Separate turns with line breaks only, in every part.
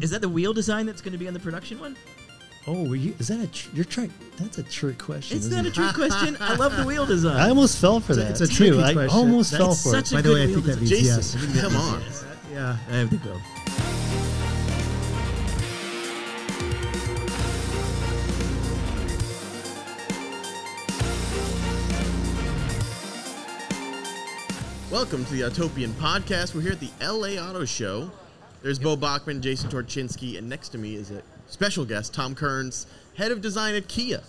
Is that the wheel design that's going to be on the production one?
Oh, were you, is that a tr- you're trying? That's a trick question.
It's
isn't
not a
it?
trick question. I love the wheel design.
I almost fell for
It's a-
that.
it's a
too.
tricky
I
question.
almost
That's
fell for
such
it.
a
By the
good
way, I
wheel
think that
design. Jason,
means yes. I think that
come
means
on.
yes. Yeah.
I have to go.
Welcome to the Autopian Podcast. We're here at the LA Auto Show. There's Bo Bachman, Jason Torchinski, and next to me is a special guest, Tom Kearns, head of design at Kia.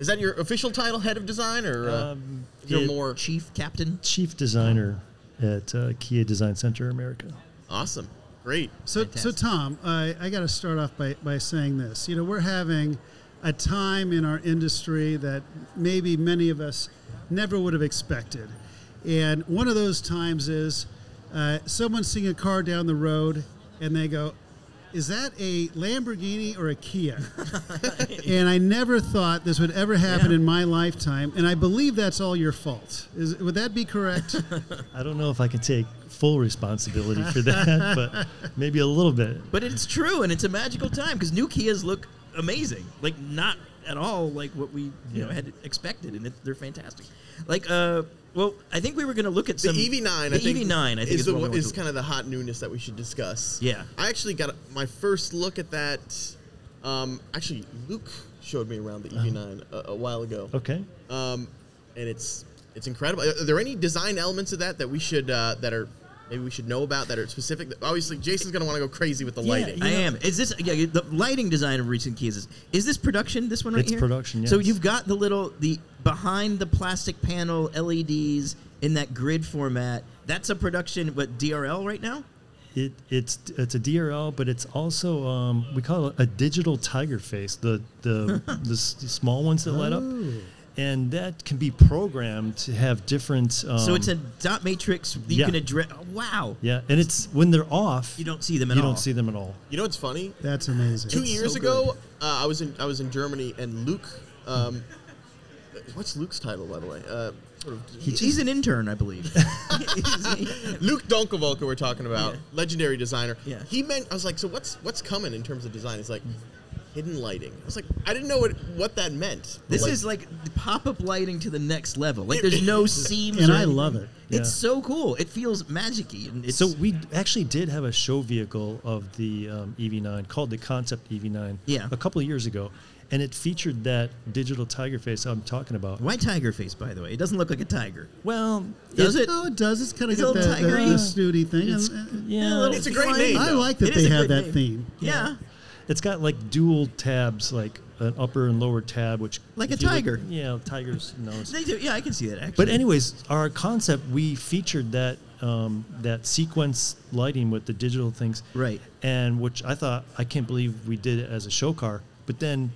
Is that your official title, head of design, or uh,
Um,
is there
Yeah,
more?
chief captain.
Chief designer at uh, Kia Design Center America.
Awesome, great.
So, so
Fantastic.
Tom, I, I got to start off by, by saying this. You know, we're having a time in our industry that maybe many of us never would have expected. And one of those times is uh, someone seeing a car down the road and they go, is that a Lamborghini or a Kia? and I never thought this would ever happen
Yeah.
in my lifetime. And I believe that's all your fault. Is, would that be correct?
I don't know if I can take full responsibility for that, but maybe a little bit.
But it's true, and it's a magical time because new Kias look amazing. Like not at all like what we you know
Yeah.
had expected, and it, they're fantastic. Like uh, well, I think we were going to look at
The
some
EV9,
The
I think,
EV9, I think
is,
is,
the
what
one-
we
is
were-
kind of the hot newness that we should discuss.
Yeah.
I actually got my first look at that. Um, actually, Luke showed me around the EV9 a, a while ago.
Okay.
um, and it's it's incredible. Are there any design elements of that that we should uh, that are maybe we should know about that are specific? Obviously, Jason's gonna want to go crazy with the lighting.
I am. Is this yeah, the lighting design of recent keys? Is, is this production? This one right
It's
here.
production,
So
yes.
you've got the little the behind the plastic panel LEDs in that grid format. That's a production. What DRL right now?
It, it's it's a DRL, but it's also um, we call it a digital tiger face. The the the s- small ones that light up, and that can be programmed to have different. Um,
so it's a dot matrix. that You
yeah.
can address. wow.
yeah, and it's when they're off,
You don't see them at
you
all.
don't see them at all.
You know what's funny?
that's amazing.
Two years
so
ago, uh, I was in I was in Germany, and Luke, um, what's Luke's title by the way? Uh, sort of
He's an intern, I believe.
Luke Donkovolka we're talking about,
Yeah.
legendary designer.
Yeah.
He meant I was like, so what's what's coming in terms of design? He's like, hidden lighting. I was like, I didn't know what what that meant. But,
this
like,
is like pop up lighting to the next level. Like there's no seams.
And
or
I love
anything.
it.
It's
Yeah.
so cool. It feels magicy. And it's,
So we actually did have a show vehicle of the um, EV9 called the Concept EV9.
Yeah.
A couple of years ago, and it featured that digital tiger face I'm talking about.
why tiger face? By the way, it doesn't look like a tiger.
Well,
Does it?
No, it does. It's kind of
It's
got
a
that,
little
that,
tigery.
the snooty thing.
It's-
uh,
And-
yeah,
It's a great
feline.
name,
I
though.
like
It
that
is
they
a
have
good
that
name.
theme.
Yeah.
It's got like dual tabs, like an upper and lower tab, which
Like
if
a
you look-
tiger.
yeah, tiger's nose.
They do. Yeah, I can see that actually.
But anyways, our concept we featured that um, that sequence lighting with the digital things,
Right.
And which I thought I can't believe we did it as a show car, but then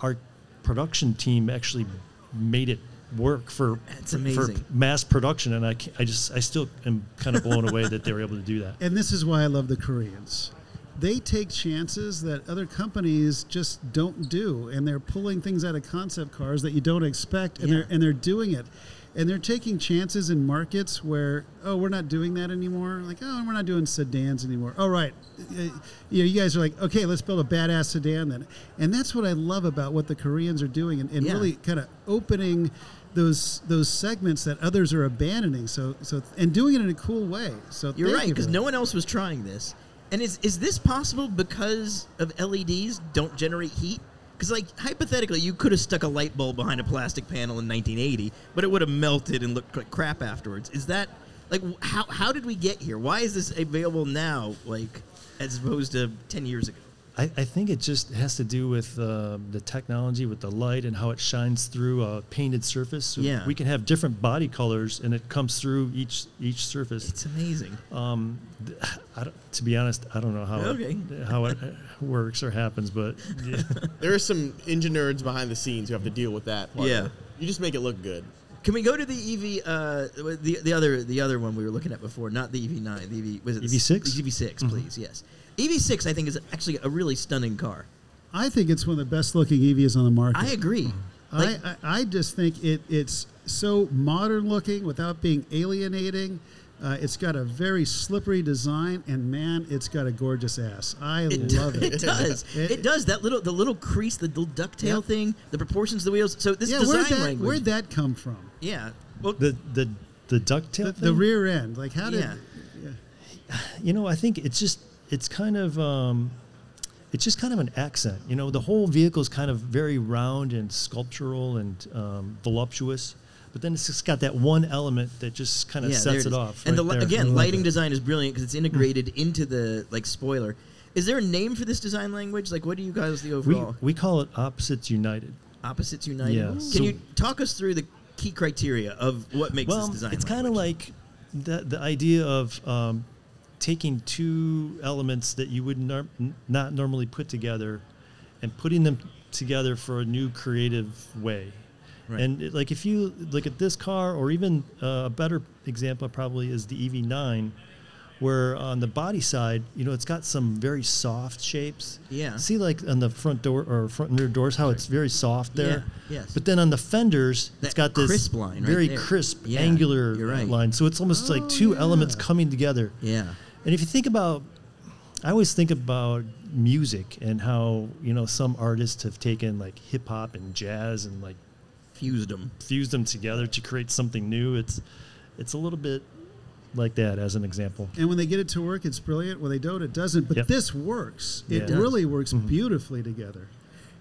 our production team actually made it work for
That's
for
amazing.
mass production, and I can I just I still am kind of blown away that they were able to do that.
And this is why I love the Koreans. They take chances that other companies just don't do, and they're pulling things out of concept cars that you don't expect, and
Yeah.
they're and they're doing it, and they're taking chances in markets where oh we're not doing that anymore, like oh we're not doing sedans anymore. All right, Uh, you know you guys are like okay let's build a badass sedan then, and that's what I love about what the Koreans are doing and, and
Yeah.
really kind of opening those those segments that others are abandoning. So so and doing it in a cool way. So
You're
thank
right
you
because
for
no
that.
one else was trying this. And is is this possible because of LEDs don't generate heat? Because like hypothetically, you could have stuck a light bulb behind a plastic panel in 1980, but it would have melted and looked like crap afterwards. Is that like wh- how how did we get here? Why is this available now, like as opposed to 10 years ago?
I, I think it just has to do with um, the technology with the light and how it shines through a painted surface. So
Yeah.
we can have different body colors and it comes through each each surface.
It's amazing.
Um, th- I don't- to be honest, I don't know how
Okay.
it, how it works or happens, but yeah.
there are some engine nerds behind the scenes who have to deal with that. part of
Yeah.
it. you just make it look good.
Can we go to the EV, uh, the the other the other one we were looking at before? Not the EV nine, the EV was
E
it the
EV6?
The EV 6
Mm-hmm.
please. Yes, EV six I think is actually a really stunning car.
I think it's one of the best looking EVs on the market.
I agree. Like,
I, I, I just think it, it's so modern looking without being alienating. Uh, it's got a very slippery design, and man, it's got a gorgeous ass. I
It,
love
do-
it.
it does. It,
It-
does. That little, the little crease, the little ducktail
Yep.
thing, the proportions of the wheels. So this
yeah,
design
where'd that,
language.
where'd that come from?
yeah. Well,
The the the ducktail.
The, the
thing?
rear end, like how did?
Yeah.
yeah.
you know, I think it's just it's kind of um, it's just kind of an accent. You know, the whole vehicle is kind of very round and sculptural and um, voluptuous, but then it's just got that one element that just kind of
yeah, there
sets
it
it,
is.
off.
And the,
right
li-
there.
again, lighting design is brilliant because it's integrated
Mm-hmm.
into the like spoiler. Is there a name for this design language? Like, what do you guys the
We
overall
we call it opposites united.
opposites unite?
Yeah,
Can
so-
you talk us through the key criteria of what makes
well,
this design?
it's kind of
language?
like the the idea of um, taking two elements that you would nor- n- not normally put together and putting them together for a new creative way.
Right.
And it- like if you look at this car, or even uh, a better example probably is the EV9, where on the body side, you know, it's got some very soft shapes.
Yeah.
See, like on the front door or front and rear doors, how it's very soft there.
Yeah, yes.
But then on the fenders, it's
That
got this
crisp line right
very
there.
crisp,
Yeah,
angular
you're right. Ah.
line. So it's almost
Oh,
like two elements
yeah.
coming together.
yeah.
And if you think about, I always think about music and how you know some artists have taken like hip hop and jazz and like
Fused them.
fused them together to create something new. It's it's a little bit like that as an example.
And when they get it to work, it's brilliant. When they don't, it doesn't. But
Yep.
this works.
Yeah. Mm-hmm. It
It
does.
really works beautifully together.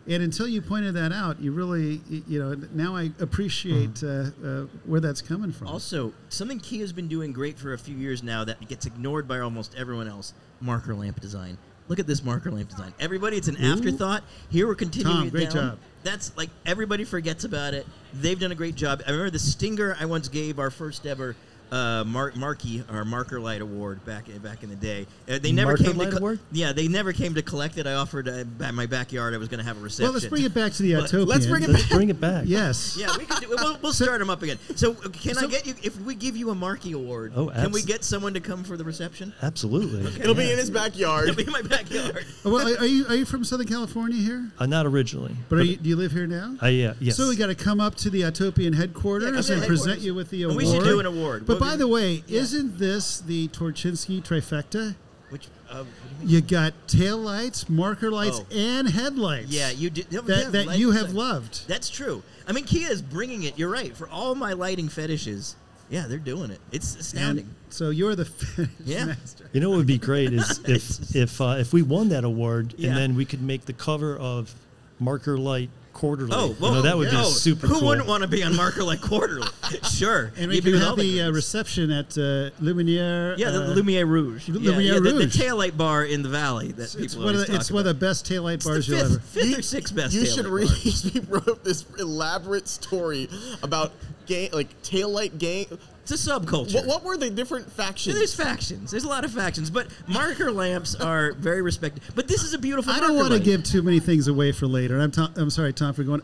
And until you pointed that out, you really, y- you know, now I appreciate
Mm-hmm.
uh, uh, where that's coming from.
Also, something Kia's been doing great for a few years now that gets ignored by almost everyone else: marker lamp design. Look at this marker lamp design. Everybody, it's an afterthought. Here we're continuing.
Tom,
it
great
down.
job.
That's like everybody forgets about it. They've done a great job. I remember the stinger I once gave our first ever. Uh, Mar- Markey, our Marker Light Award back back in the day. Uh, they never
Marker
came to
Light Award?
yeah. They never came to collect it. I offered uh, ba- my backyard. I was going to have a reception.
well, let's bring it back to the
But
Autopian.
let's bring it
Let's bring it back.
Yes.
Yeah, we can do, we'll, we'll start them up again. So, uh, can I
So-
get you if we give you a Markey Award?
Oh,
can we
abs-
get someone to come for the reception?
Absolutely.
It'll be in his backyard.
It'll be in my backyard.
Oh, Well, are- are you are you from Southern California here?
Uh, not originally.
But are you, do you live here now?
I yeah yes.
So we got to come up to the Autopian
Uh, Yeah, come
headquarters
to
and
the
present
headquarters.
you with the
And
award.
we should do an award.
But
We'll
by
do-
the way,
yeah.
isn't this the Torchinsky trifecta?
Which, uh, what do you mean?
You got tail lights, marker lights,
Oh.
and headlights.
yeah, you did
that,
yeah,
that
light-
you have
light-
loved.
That's true. I mean, Kia is bringing it. You're right. For all my lighting fetishes, yeah, they're doing it. It's
And
astounding.
so you're the finish
Yeah.
master.
You know what would be great is if if uh, if we won that award
Yeah.
and then we could make the cover of Marker Light Quarterly.
Oh,
you
well,
know, that would
yeah.
be super
Who
cool.
wouldn't want to be on Marker like quarterly? sure.
And we
You'd be
can
with
have
all
the uh,
greats.
reception at uh, Lumiere.
yeah, the
uh,
Lumiere Rouge.
Lu-
Yeah,
Lumiere
yeah, the-
Rouge.
The, taillight bar in the valley that people
It's, one
always
of, the,
talk
it's one
about.
of those best taillight
It's
bars
the
you'll
fifth,
ever.
fifth or sixth best.
You
tail
should
light
read.
bar.
He wrote this elaborate story about gang, like taillight gang.
It's a subculture.
What, what were the different factions?
There's factions. There's a lot of factions, but marker lamps are very respected. But this is a beautiful.
I don't
marker
want to
light.
give too many things away for later. I'm Tom, I'm sorry, Tom, for going,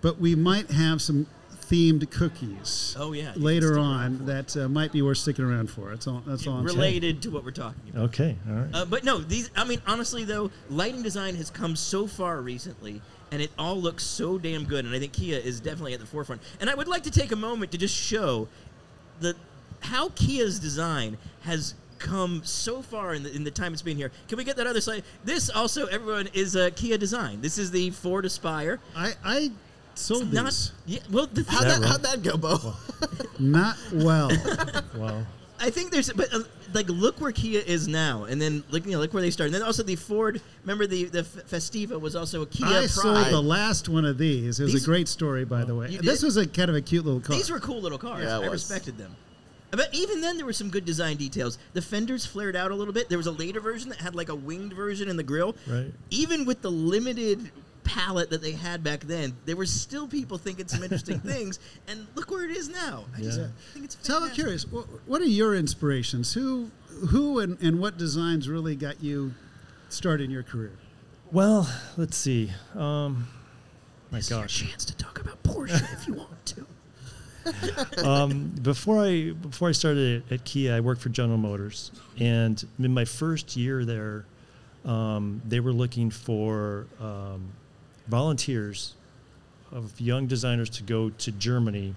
but we might have some themed cookies.
Oh, yeah, you can
Later
stick
on, that uh, might be worth sticking around for. That's all. That's all I'm saying.
related to what we're talking about.
Okay, all right.
Uh, but no, these. I mean, honestly, though, lighting design has come so far recently, and it all looks so damn good. And I think Kia is definitely at the forefront. And I would like to take a moment to just show the how Kia's design has come so far in the, in the time it's been here. Can we get that other slide? This also, everyone is a Kia design. This is the Ford Aspire.
I, I sold
Not
these.
yeah, well. The
How'd
thing,
that,
that
how'd that go, Bo?
Not well.
wow.
I think there's, but uh, like, look where Kia is now, and then look, you know, look where they started. And then also the Ford. Remember the the F- Festiva was also a Kia.
I
Pride.
sold the last one of these. It was
These-
a great story, by the way.
You
This
did?
was a kind of a cute little car.
These were cool little cars.
Yeah, it
I
was.
respected them. But even then, there were some good design details. The fenders flared out a little bit. There was a later version that had like a winged version in the grill.
Right.
Even with the limited palette that they had back then, there were still people thinking some interesting things. And look where it is now. I just
Yeah.
think it's
Tom, I'm
fantastic.
curious. What, what are your inspirations? Who, who, and, and what designs really got you started in your career?
Well, let's see. Um, my
This is
gosh.
your chance to talk about Porsche if you want to.
um, before I before I started at, at Kia, I worked for General Motors, and in my first year there, um, they were looking for um, volunteers of young designers to go to Germany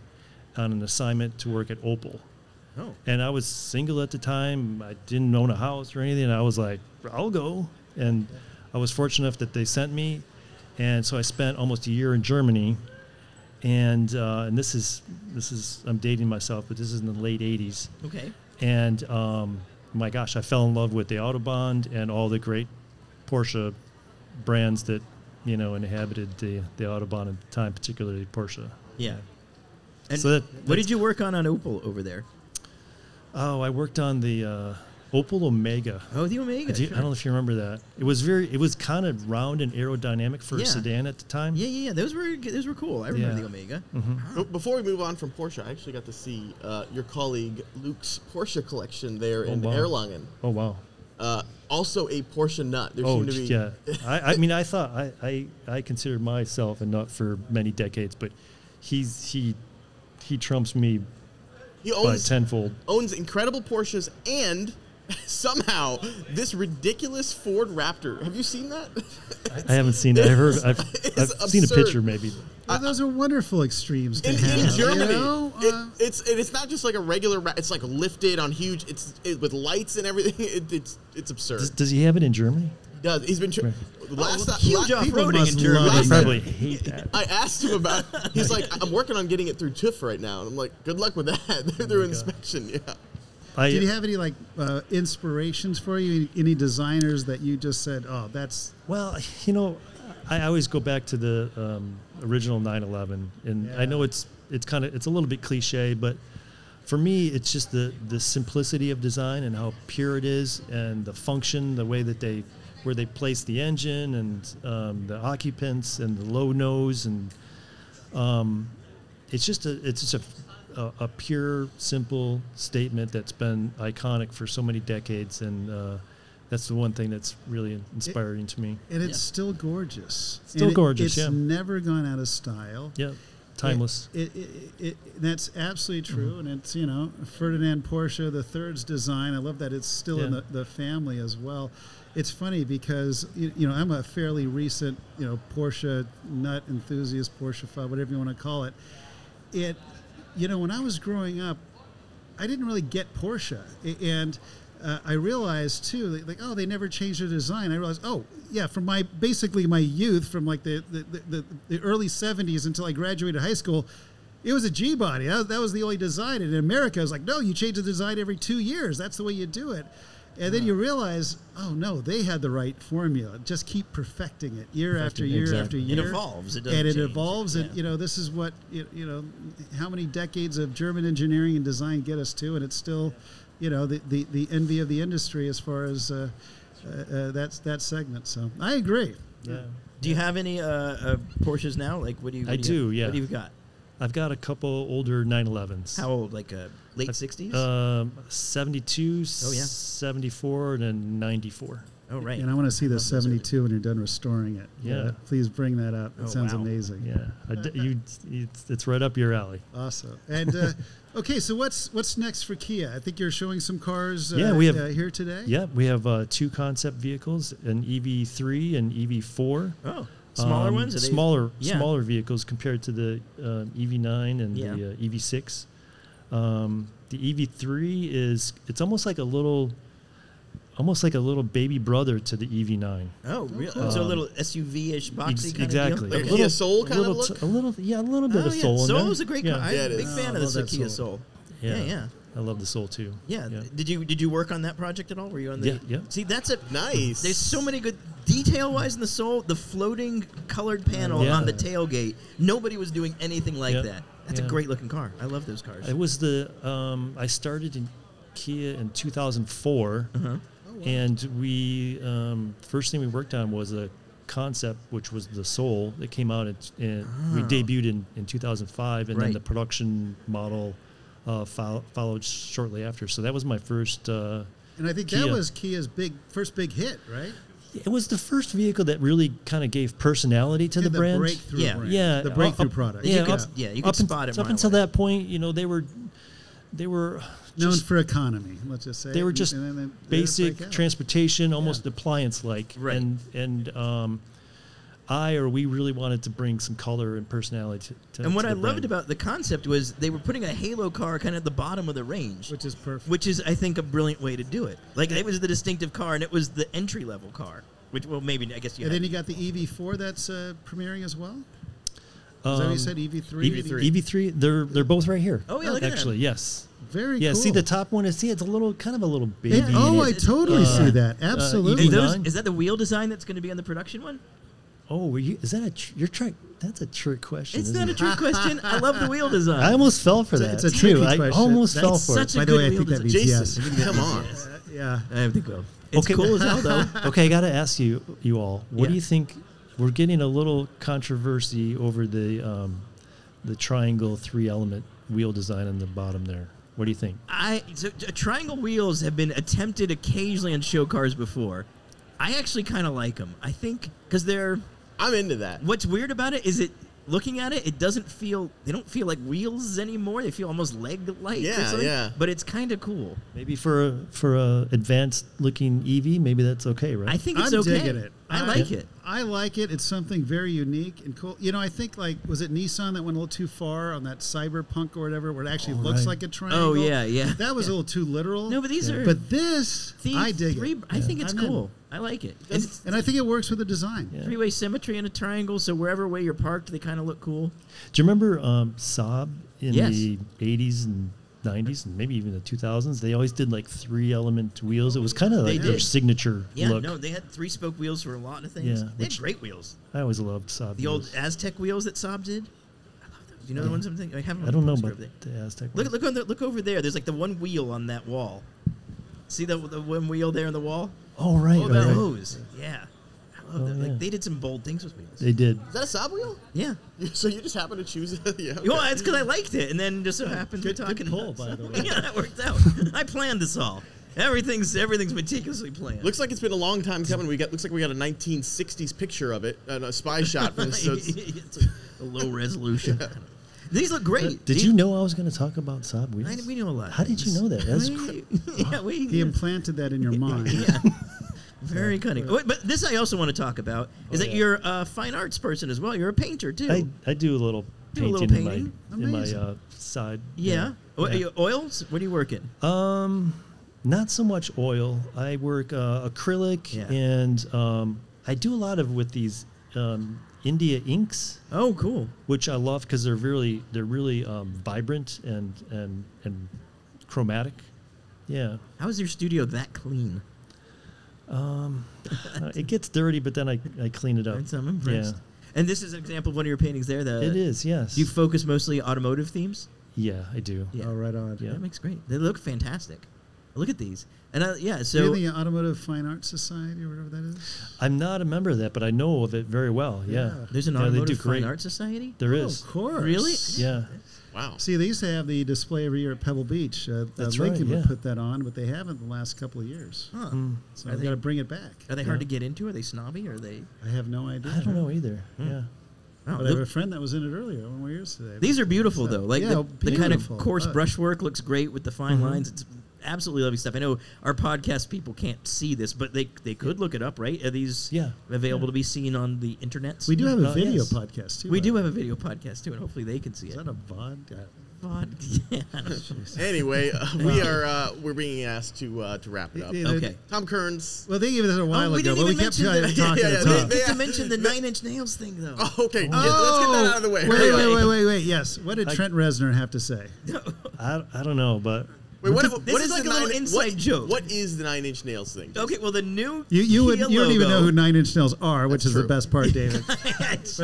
on an assignment to work at Opel.
Oh.
And I was single at the time. I didn't own a house or anything. And I was like, I'll go. And I was fortunate enough that they sent me. And so I spent almost a year in Germany. And uh, and this is this is I'm dating myself, but this is in the late '80s.
Okay.
And um, my gosh, I fell in love with the Autobahn and all the great Porsche brands that you know inhabited the the Autobahn at the time, particularly Porsche.
Yeah. And
So that-
what did you work on on Opal over there?
Oh, I worked on the uh, Opel Omega.
Oh, the Omega.
Do you-
sure.
I don't know if you remember that. It was very, it was kind of round and aerodynamic for
Yeah.
a sedan at the time.
Yeah, yeah, yeah. Those were those were cool. I remember
Yeah.
the Omega.
Be- Before we move on from Porsche, I actually got to see uh, your colleague Luke's Porsche collection there in
Oh, wow.
Erlangen.
Oh wow.
Uh, also a Porsche nut. There
Oh
seemed to be
yeah. I, I mean, I thought I, I, I considered myself a nut for many decades, but he's he, he trumps me
he
by
owns
tenfold.
owns incredible Porsches and somehow this ridiculous Ford Raptor. Have you seen that?
I haven't seen it. I heard. I've, I've
It's
seen a
absurd.
picture maybe.
Well, those are wonderful extremes to
in,
have.
in Germany,
You know?
it,
Uh,
it's and it's not just like a regular. Ra- it's like lifted on huge. It's it, with lights and everything. It, it's it's absurd.
Does, does he have it in Germany?
He does he's been tr- last
Oh,
time-
huge
la-
people
off-roading in
must
Germany.
love
I
Last-
probably hate that.
I asked him about. it. He's like, I'm working on getting it through TIFF right now, and I'm like, good luck with that.
Oh
They're through inspection. Yeah.
I,
did you have any like uh, inspirations for you? Any designers that you just said, "Oh, that's
Well, you know, I always go back to the um, original 9/11, and I know
Yeah.
it's it's kind of it's a little bit cliche, but for me, it's just the the simplicity of design and how pure it is, and the function, the way that they where they place the engine and um, the occupants and the low nose, and um, it's just a it's just a, a a pure, simple statement that's been iconic for so many decades, and uh, that's the one thing that's really inspiring to me.
and it's
Yeah.
still gorgeous.
Still
And it-
gorgeous,
It's
yeah.
never gone out of style.
Yeah, timeless. Mm-hmm.
It, it, it, it, that's absolutely true, and it's you know Ferdinand Porsche the third's design. I love that it's still in
Yeah.
the, the family as well. It's funny because you, you know I'm a fairly recent you know Porsche nut enthusiast, Porsche fan, whatever you want to call it. It, you know, when I was growing up, I didn't really get Porsche, A- and uh, I realized too, like, like, oh, they never changed the design. I realized, oh, yeah, from my basically my youth, from like the the, the, the early '70s until I graduated high school, it was a G body. That was, that was the only design. And in America, I was like, no, you change the design every two years. That's the way you do it. And then you realize, oh no, they had the right formula. Just keep perfecting it year after
it,
year after
exactly.
It
year.
evolves, it doesn't
and it
change,
evolves.
yeah.
And you know, this is what you you know, how many decades of German engineering and design get us to, and it's still, you know, the the, the envy of the industry as far as uh, uh, uh, that's that segment. So I agree.
Yeah.
Do you have any uh, uh, Porsches now? Like, what do you? What
I
you-
do, yeah.
What do you got?
I've got a couple older 911s.
How old? Like uh, late sixties?
Um, 72,
Oh, yeah.
74, and then 94.
oh right.
And I want to see the
Love those early-
'72 when you're done restoring it.
Yeah.
please bring that up. It
Oh,
sounds
wow.
amazing.
Yeah, I d you, it's, it's right up your alley.
Awesome. And uh, okay, so what's what's next for Kia? I think you're showing some cars. Uh,
Yeah, we have-
uh, here today.
Yeah, we have uh, two concept vehicles, an EV3 and EV4.
Oh, smaller
Um,
ones. Are they-
smaller,
Yeah.
smaller vehicles compared to the uh, EV9 and
Yeah.
the uh, EV6. Um, the EV3 is it's almost like a little, almost like a little baby brother to the E EV9.
Oh, really? so a little SUV-ish, boxy
Ex-
kind of
exactly.
deal?
Like a Kia Soul kinda
little
look?
a little, yeah, a little bit
oh,
of
yeah.
soul. in there.
Soul is a great.
Yeah.
car. I'm
Yeah,
a
it
big
is.
fan
Oh, I
of this
love that
Kia
Soul.
Soul. yeah, yeah.
I love the soul too.
Yeah. Did you did you work on that project at all? Were you on the?
Yeah, yeah.
See, that's a
Nice.
There's so many good detail wise in the soul. The floating colored panel
Yeah.
on the tailgate. Nobody was doing anything like
Yeah.
that. That's
Yeah.
a great looking car. I love those cars.
It was the um, I started in Kia in 2004,
Uh-huh. Oh,
and we um, first thing we worked on was a concept which was the soul that came out and we debuted in, in 2005 and then
Oh. Right.
the production model uh, fol- followed shortly after so that was my first uh,
And I think that
Kia.
was Kia's big first big hit, right?
it was the first vehicle that really kind of gave personality to
Yeah,
the, brand
breakthrough
Yeah.
brand.
yeah,
the
uh,
breakthrough
up-
product.
Yeah,
could-
up,
yeah, you could
up un-
spot it
up
miles
until
away.
that point. You know, they were, they were,
known
just,
for economy. Let's just say
they were
and-
just
and then they- they
basic
break out.
transportation, almost appliance like.
Right.
And and um, I or we really wanted to bring some color and personality to, to
And what
to
I
the
loved
brand.
about the concept was they were putting a Halo car kind of at the bottom of the range,
which is perfect.
which is I think a brilliant way to do it. Like it was the distinctive car, and it was the entry level car. Which well, maybe I guess you.
and
had-
then you got the EV4 that's uh, premiering as well. Is that what
Um,
you said? E EV3.
EV3.
EV3 they're they're both right here.
Oh, yeah, look at
actually, yes.
Very
Yeah,
cool.
see the top one is see it's a little kind of E a little baby.
It- oh, I
It's-
totally
uh,
see that. Absolutely.
Is, those,
Nine?
is that the wheel design that's going to be on the production one?
oh, were you is that a tr- you're trying that's a trick question.
It's
isn't
not a
it?
trick question. I love the wheel design.
I almost fell for
It's a-
that.
it's a
too.
tricky
I
question.
almost
That's
fell
it's
for
such
it.
a
By the
good
way, I
wheel
think that
design.
means-
Jason, come on.
yeah.
I think so. It's
Okay.
cool as hell though.
okay, I got to ask you, you all, what
Yeah.
do you think? We're getting a little controversy over the um, the triangle three element wheel design on the bottom there. What do you think?
I so, t- triangle wheels have been attempted occasionally on show cars before. I actually kind of like them. I think because they're
I'm into that.
what's weird about it is it looking at it, it doesn't feel they don't feel like wheels anymore. They feel almost leg like.
Yeah, yeah.
But it's kind of cool.
Maybe for a, for a advanced looking EV, maybe that's okay, right?
I think it's
I'm
okay.
digging it.
I like it.
I like it. It's something very unique and cool. You know, I think like was it Nissan that went a little too far on that cyberpunk or whatever, where it actually
Oh,
looks
right.
like a triangle.
Oh yeah, yeah.
That was
yeah.
a little too literal.
no, but these are
But this,
the
I dig
Mm. three.
it,
I think it's
I'm in.
cool. I like it. And it's
and I think it works with the design.
Yeah.
three way symmetry in a triangle, so wherever way you're parked, they kind of look cool.
Do you remember um, Saab in
Yes.
the 80s and 90s and maybe even the 2000s? They always did like three element wheels. It was kind of
They
like their
did.
signature
Yeah,
look.
no, they had three spoke wheels for a lot of things.
Yeah,
they had
which-
great wheels.
I always loved Saab.
The old
wheels.
Aztec wheels that Saab did. I love those. You know the ones I'm thinking. I have. them
I don't know
on the
about
poster over there.
the Aztec.
Look,
ones.
look on the, look over there. There's like the one wheel on that wall. See the the one wheel there on the wall?
Oh, right.
Oh,
right, right.
those. Yeah, I love
Oh,
them. Like
yeah.
they did some bold things with wheels.
They did.
Is that a Saab wheel?
yeah.
So you just happen to choose it? yeah. okay.
Well, it's because I liked it, and then just so happens
good-
we're
good
talking.
pull,
about
by the
something.
way.
Yeah, that worked out. I planned this all. Everything's everything's meticulously planned.
Looks like it's been a long time coming. We got looks like we got a 1960s picture of it, and a spy shot from this. So it's,
It's a low resolution. These look great.
Did
These-
you know I was going to talk about Saab wheels?
I, we know a lot. of
How did you
things.
know that? That's
We- yeah, we.
He implanted that in your mind.
yeah. Very cunning. Wait, but this I also want to talk about is
Oh,
that
yeah.
you're a fine arts person as well. You're a painter too.
I, I do a little
Do a
painting,
little
in my in my
Amazing.
uh, side.
yeah. What,
yeah.
Are you oils? What are you working?
Um, not so much oil. I work uh, acrylic
Yeah.
and um, I do a lot of with these um, India inks,
Oh, cool.
which I love because they're really they're really um, vibrant and and and chromatic. Yeah,
How is your studio that clean?
Uh, it gets dirty, but then I, I clean it up.
That's- I'm impressed.
Yeah.
And this is an example of one of your paintings there. The,
It is, yes.
Do you focus mostly automotive themes?
yeah, I do.
Yeah.
Oh, right on.
Yeah.
That makes great. They look fantastic. Look at these. And I, yeah,
So, You're
so
in the Automotive Fine Arts Society or whatever that is.
I'm not a member of that, but I know of it very well. Yeah,
Yeah.
there's an
Yeah, they do
automotive fine
great.
art society.
there
Oh,
is.
of course.
Really?
Yeah,
wow.
See, they used to have the display every year at Pebble Beach. Uh,
That's
uh, Lincoln
right,
would
yeah.
put that on, but they haven't the last couple of years.
Huh.
Mm.
So
Are
I've
they-
got to bring it back.
Are they hard to get into? Are they snobby? Are they?
I have no idea.
I don't know either. Yeah.
Oh,
But I have a friend that was in it earlier one of my years today.
These are beautiful though. Like
Yeah,
the, the kind of
beautiful.
coarse
Uh, mm-hmm.
brushwork looks great with the fine lines. It's absolutely lovely stuff. I know our podcast people can't see this, but they they could look it up, right? Are these
Yeah.
available to be seen on the internet?
We do have a
Oh,
video
yes.
podcast too.
We
by
do
the way.
have a video podcast too, and hopefully they can see
Is
it.
that a VOD? Uh,
Pod- yeah.
Anyway, uh, we are uh, we're being asked to uh, to wrap it up.
Yeah, they-
Okay. Oh,
Tom Kearns.
Well, they gave us a while
we
ago,
didn't
but we
even
kept
mention
talking
that.
talking
Yeah,
to
yeah,
Tom.
Get to
Yeah.
mention the Nine Inch Nails thing though.
Oh, okay. yeah, let's get that out of the way.
Wait,
Hurry up.
wait, wait, wait, wait. Yes. What did
I-
Trent Reznor have to say?
I, I don't know, but
Wait, what,
This
if- what
is
is
like
the
a little
nine,
inside
what,
joke.
What is the Nine Inch Nails thing?
Okay, well the new
You you would
Kia
you don't even know
logo-
who Nine Inch Nails are, which
That's
is
true.
the best part, David. but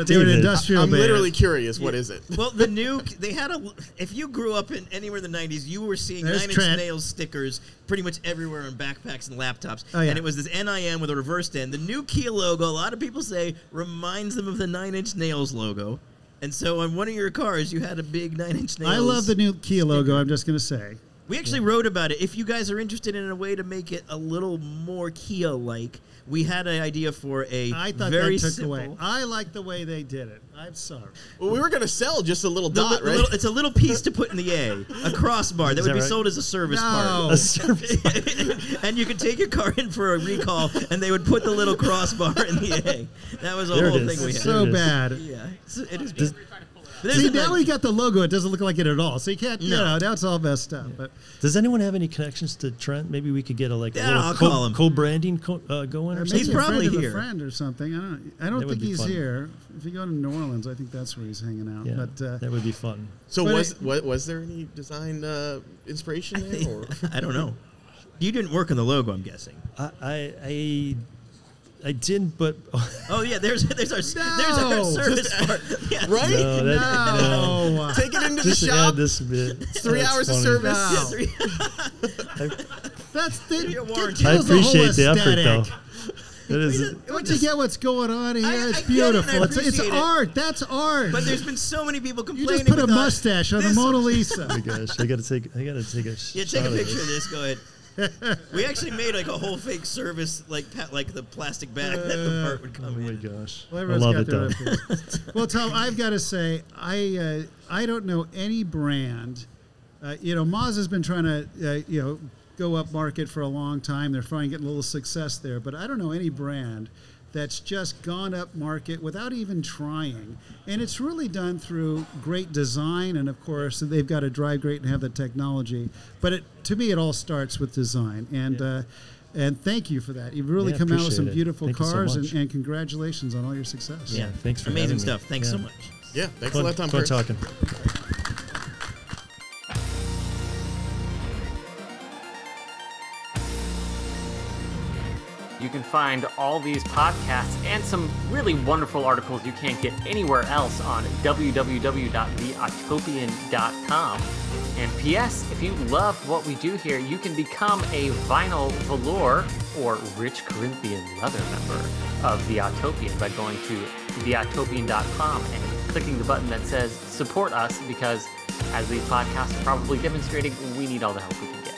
they were an
David.
industrial
I'm
band.
literally curious. What is it?
Well, the new they had a. If you grew up in anywhere in the '90s, you were seeing
There's
Nine Inch
Trent.
Nails stickers pretty much everywhere on backpacks and laptops,
Oh, yeah.
and it was this NIM with a reversed end. The new Kia logo, a lot of people say, reminds them of the Nine Inch Nails logo, and so on one of your cars, you had a big Nine Inch Nails.
I love the new Kia logo. I'm just gonna say.
We actually wrote about it. If you guys are interested in a way to make it a little more Kia like, we had an idea for a
I thought
very
that took
simple.
away. I like the way they did it. I'm sorry.
Well, we were gonna sell just a little
The
dot,
li-
right?
little- it's a little piece to put in the A, a crossbar that
Is
would
that
be
right?
sold as a service
No.
A service-
part. and you could take your car in for a recall, and they would put the little crossbar in the A. That was the
There it
whole
is.
thing we had.
There it
So
is.
bad.
yeah, it's- it is.
Does-
But
See,
isn't
now
like-
we got the logo. It doesn't look like it at all. So you can't, you
No.
know, now it's all messed up. But
Does anyone have any connections to Trent? Maybe we could get a like a
Yeah,
little
I'll
co-
call him.
co-branding co- uh, going or
Or
something.
He's
maybe a friend
probably
of a
here.
friend or something. I don't. I don't
That would
think
be
he's
fun.
here. If you go to New Orleans, I think that's where he's hanging out.
Yeah,
But uh,
that would be fun.
so
But
was
it-
wa- was there any design uh, inspiration there? Or?
I don't know. You didn't work on the logo, I'm guessing.
I I I, I didn't, but
Oh yeah, there's there's our there's our
No.
service part. Yeah.
Right?
no, that, no.
no.
Take it into the
Just add
shop.
this bit. It's
three hours of service.
Yeah,
Wow.
three-
That's the,
Your
it
warranty.
I
kills
appreciate the,
the, whole
effort though.
aesthetic.
That is
Don't you get what's going on here?
I- I get it
it's
and I
beautiful. It's, it's
appreciate it.
art. That's art.
but there's been so many people
you
complaining.
just put a
about-
mustache on the
this-
Mona
oh
Lisa.
my gosh. I gotta take I gotta take a sh-
Yeah, take
shot
a
of
picture
this.
of this. Go ahead. We actually made like a whole fake service, like pa- like the plastic bag that the part would
Oh
come
my
in.
gosh.
Well,
I
everyone's
love
got
it
their
though.
own opinions. well, Tom, I've got to say, I uh, I don't know any brand. Uh, you know, Moz has been trying to uh, you know go up market for a long time. They're finally getting a little success there, but I don't know any brand that's just gone up market without even trying. And it's really done through great design, and of course they've got to drive great and have the technology. But it, to me, it all starts with design and. Uh, and thank you for that. You've really
Yeah,
come out with
appreciate
some
it.
beautiful
Thank you so
cars, and,
much.
and congratulations on all your success.
Yeah, thanks for having
Amazing
me.
stuff. Thanks so
Yeah.
much.
yeah, thanks a
Fun,
lot, Tom.
fun
Cruise.
talking.
You can find all these podcasts and some really wonderful articles you can't get anywhere else on www.theoctopian.com. And P.S., if you love what we do here, you can become a vinyl velour or rich Corinthian leather member of The Octopian by going to theoctopian.com and clicking the button that says support us because, as these podcasts are probably demonstrating, we need all the help we can get.